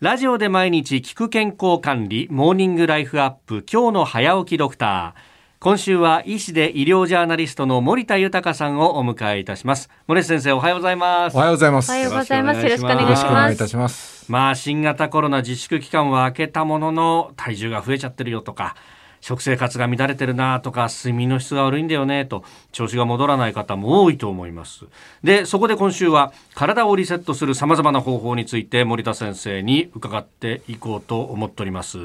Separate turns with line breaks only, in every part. ラジオで毎日聞く健康管理モーニングライフアップ今日の早起きドクター今週は医師で医療ジャーナリストの森田豊さんをお迎えいたします森田先生おはようございます
おはようございます。
おはよう
よ
ございます。
よろし
よろし
く
く
お願
お願
い
い
しま
ろし
しますす。
くお願いいたします。
まあ新型コロナ自粛期間は明けたものの体重が増えちゃってるよとか食生活が乱れてるなとか睡眠の質が悪いんだよねと調子が戻らない方も多いと思いますでそこで今週は体をリセットするさまざまな方法について森田先生に伺っていこうと思っております、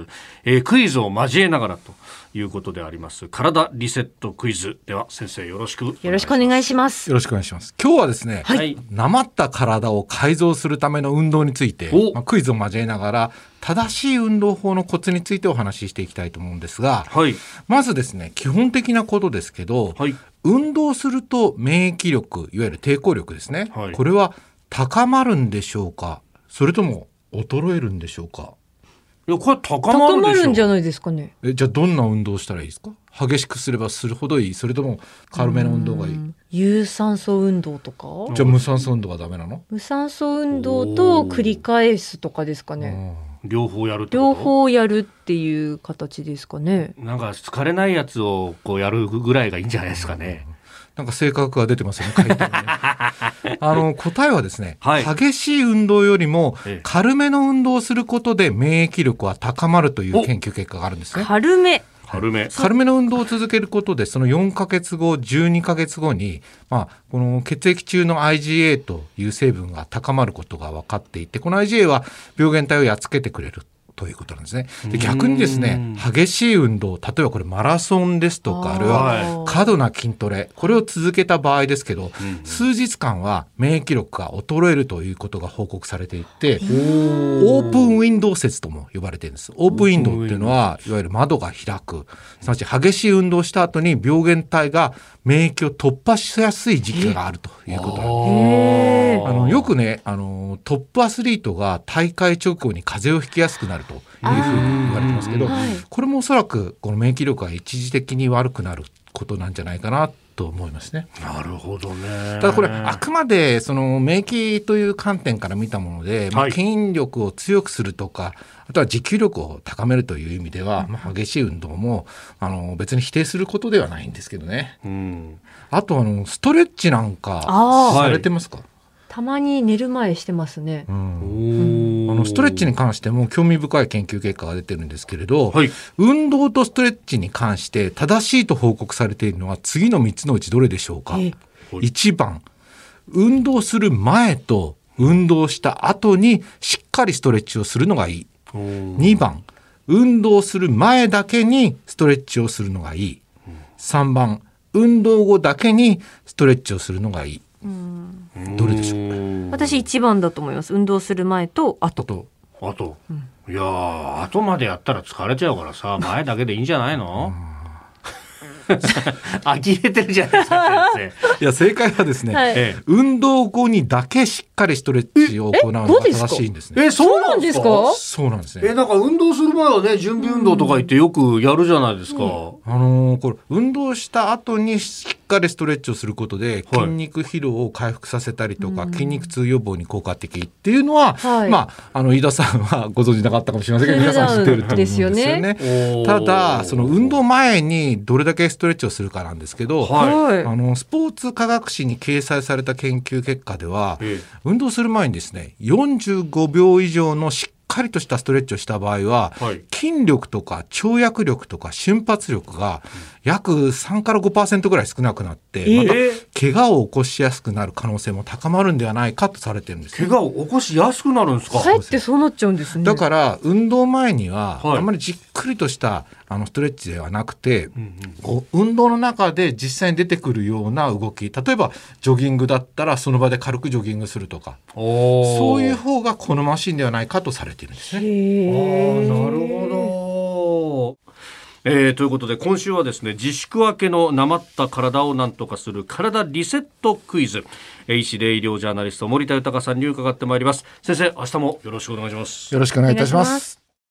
えークイズを交えながらということであります体リセットクイズでは先生よろしくお願いします
よろしくお願いします。
よろしくお願いします。今日はですね、
はい
なまった体を改造するための運動について
お、
まあクイズを交えながら、正しい運動法のコツについてお話ししていきたいと思うんですが、
はい
まずですね、基本的なことですけど、
はい
運動すると免疫力、いわゆる抵抗力ですね、
はい
これは高まるんでしょうかそれとも衰えるんでしょうか
いやこれ高ま
高
る
ま
でしょ
るんじゃないですかね。
えじゃあどんな運動をしたらいいですか激しくすればするほどいいそれとも軽めの運動がいい
有酸素運動とか。
じゃあ無酸素運動はダメなの、
無酸素運動と繰り返すとかですかね。
両方やるってこと
両方やるっていう形ですかね。
なんか疲れないやつをこうやるぐらいがいいんじゃないですかね。
なんか性格が出てますよね回答に あの答えはですね、
はい
激しい運動よりも
ええ
軽めの運動をすることで免疫力は高まるとい
お
う研究結果があるんですね。
軽め。
軽め。
軽めの運動を続けることでその4ヶ月後12ヶ月後に、まあ、この血液中の IgA という成分が高まることが分かっていてこの IgA は病原体をやっつけてくれる。ということなんですねで逆にですね
う
激しい運動例えばこれマラソンですとかあるい
はい
は過度な筋トレこれを続けた場合ですけ
う
ど、
ん
数日間は免疫力が衰えるということが報告されていてオープンウィンドウ説とも呼ばれてるんですオープンウィンドウっていうのはいわゆる窓が開くすなわち激しい運動をした後に病原体が免疫を突破しやすい時期があるということなんです
へー
あのよくねあのトップアスリートが大会直後に風邪をひきやすくなるというふうに言われてますけど
あーはい
これもおそらくこの免疫力が一時的に悪くなることなんじゃないかなと思いますね。
なるほどね。
ただこれあくまでその免疫という観点から見たもので、ま
は
あ、
い
筋力を強くするとかあとは持久力を高めるという意味では、まあ、激しい運動もあの別に否定することではないんですけどね
うん。
あとあのストレッチなんか
ああ。
はい
されてますか、
たまに寝る前してますね。
うん
お
あのストレッチに関しても興味深い研究結果が出てるんですけれど、
はい。
運動とストレッチに関して正しいと報告されているのは次の3つのうちどれでしょうか
は
え
い
1番運動する前と運動した後にしっかりストレッチをするのがいい2番運動する前だけにストレッチをするのがいい3番運動後だけにストレッチをするのがいいどれでしょ
う
私一番だと思います。運動する前と
あ
後。
と
あと、いやー後までやったら疲れちゃうからさ前だけでいいんじゃないの？ 呆れてるじゃないですか先生。
いや正解はですね、
はい
え
運動後にだけしっかりストレッチを行うのが正しいんです
え
ね。
えそうなんです
そうなん
か
で？
そうなんですね。
えなんか運動する前はね準備運動とか言ってよくやるじゃないですか。
あのーこれ運動した後にしっかりストレッチをすることで
はい
筋肉疲労を回復させたりとか、筋肉痛予防に効果的っていうのは、
はい
まああの飯田さんはご存知なかったかもしれませんけど皆さん知ってると思うんですよ
ですよ
ね。
おー
ただその運動前にどれだけストレッチをするかなんですけど、
はい
あのスポーツ科学誌に掲載された研究結果では、
ええ
運動する前にですね45秒以上のしっかりとしたストレッチをした場合は、
はい
筋力とか跳躍力とか瞬発力が約3から5%ぐらい少なくなって、
え
また
え
怪我を起こしやすくなる可能性も高まるんではないかとされてるんです
怪
よ。
我を起こしやすくなるんですか？
かえってそうなっちゃうんですね。
だから運動前には、
はい
あんまりじっくりとしたあのストレッチではなくて、
うんうん
こう運動の中で実際に出てくるような動き例えばジョギングだったらその場で軽くジョギングするとか
そ
そういう方が好ましいんではないかとされているんですね。
へ
あー
え。
なるほど。えーということで今週はですね自粛明けのなまった体をなんとかする体リセットクイズえー医師で医療ジャーナリスト森田豊さんに伺ってまいります先生明日もよろしくお願いします
よろしくお願いいたします。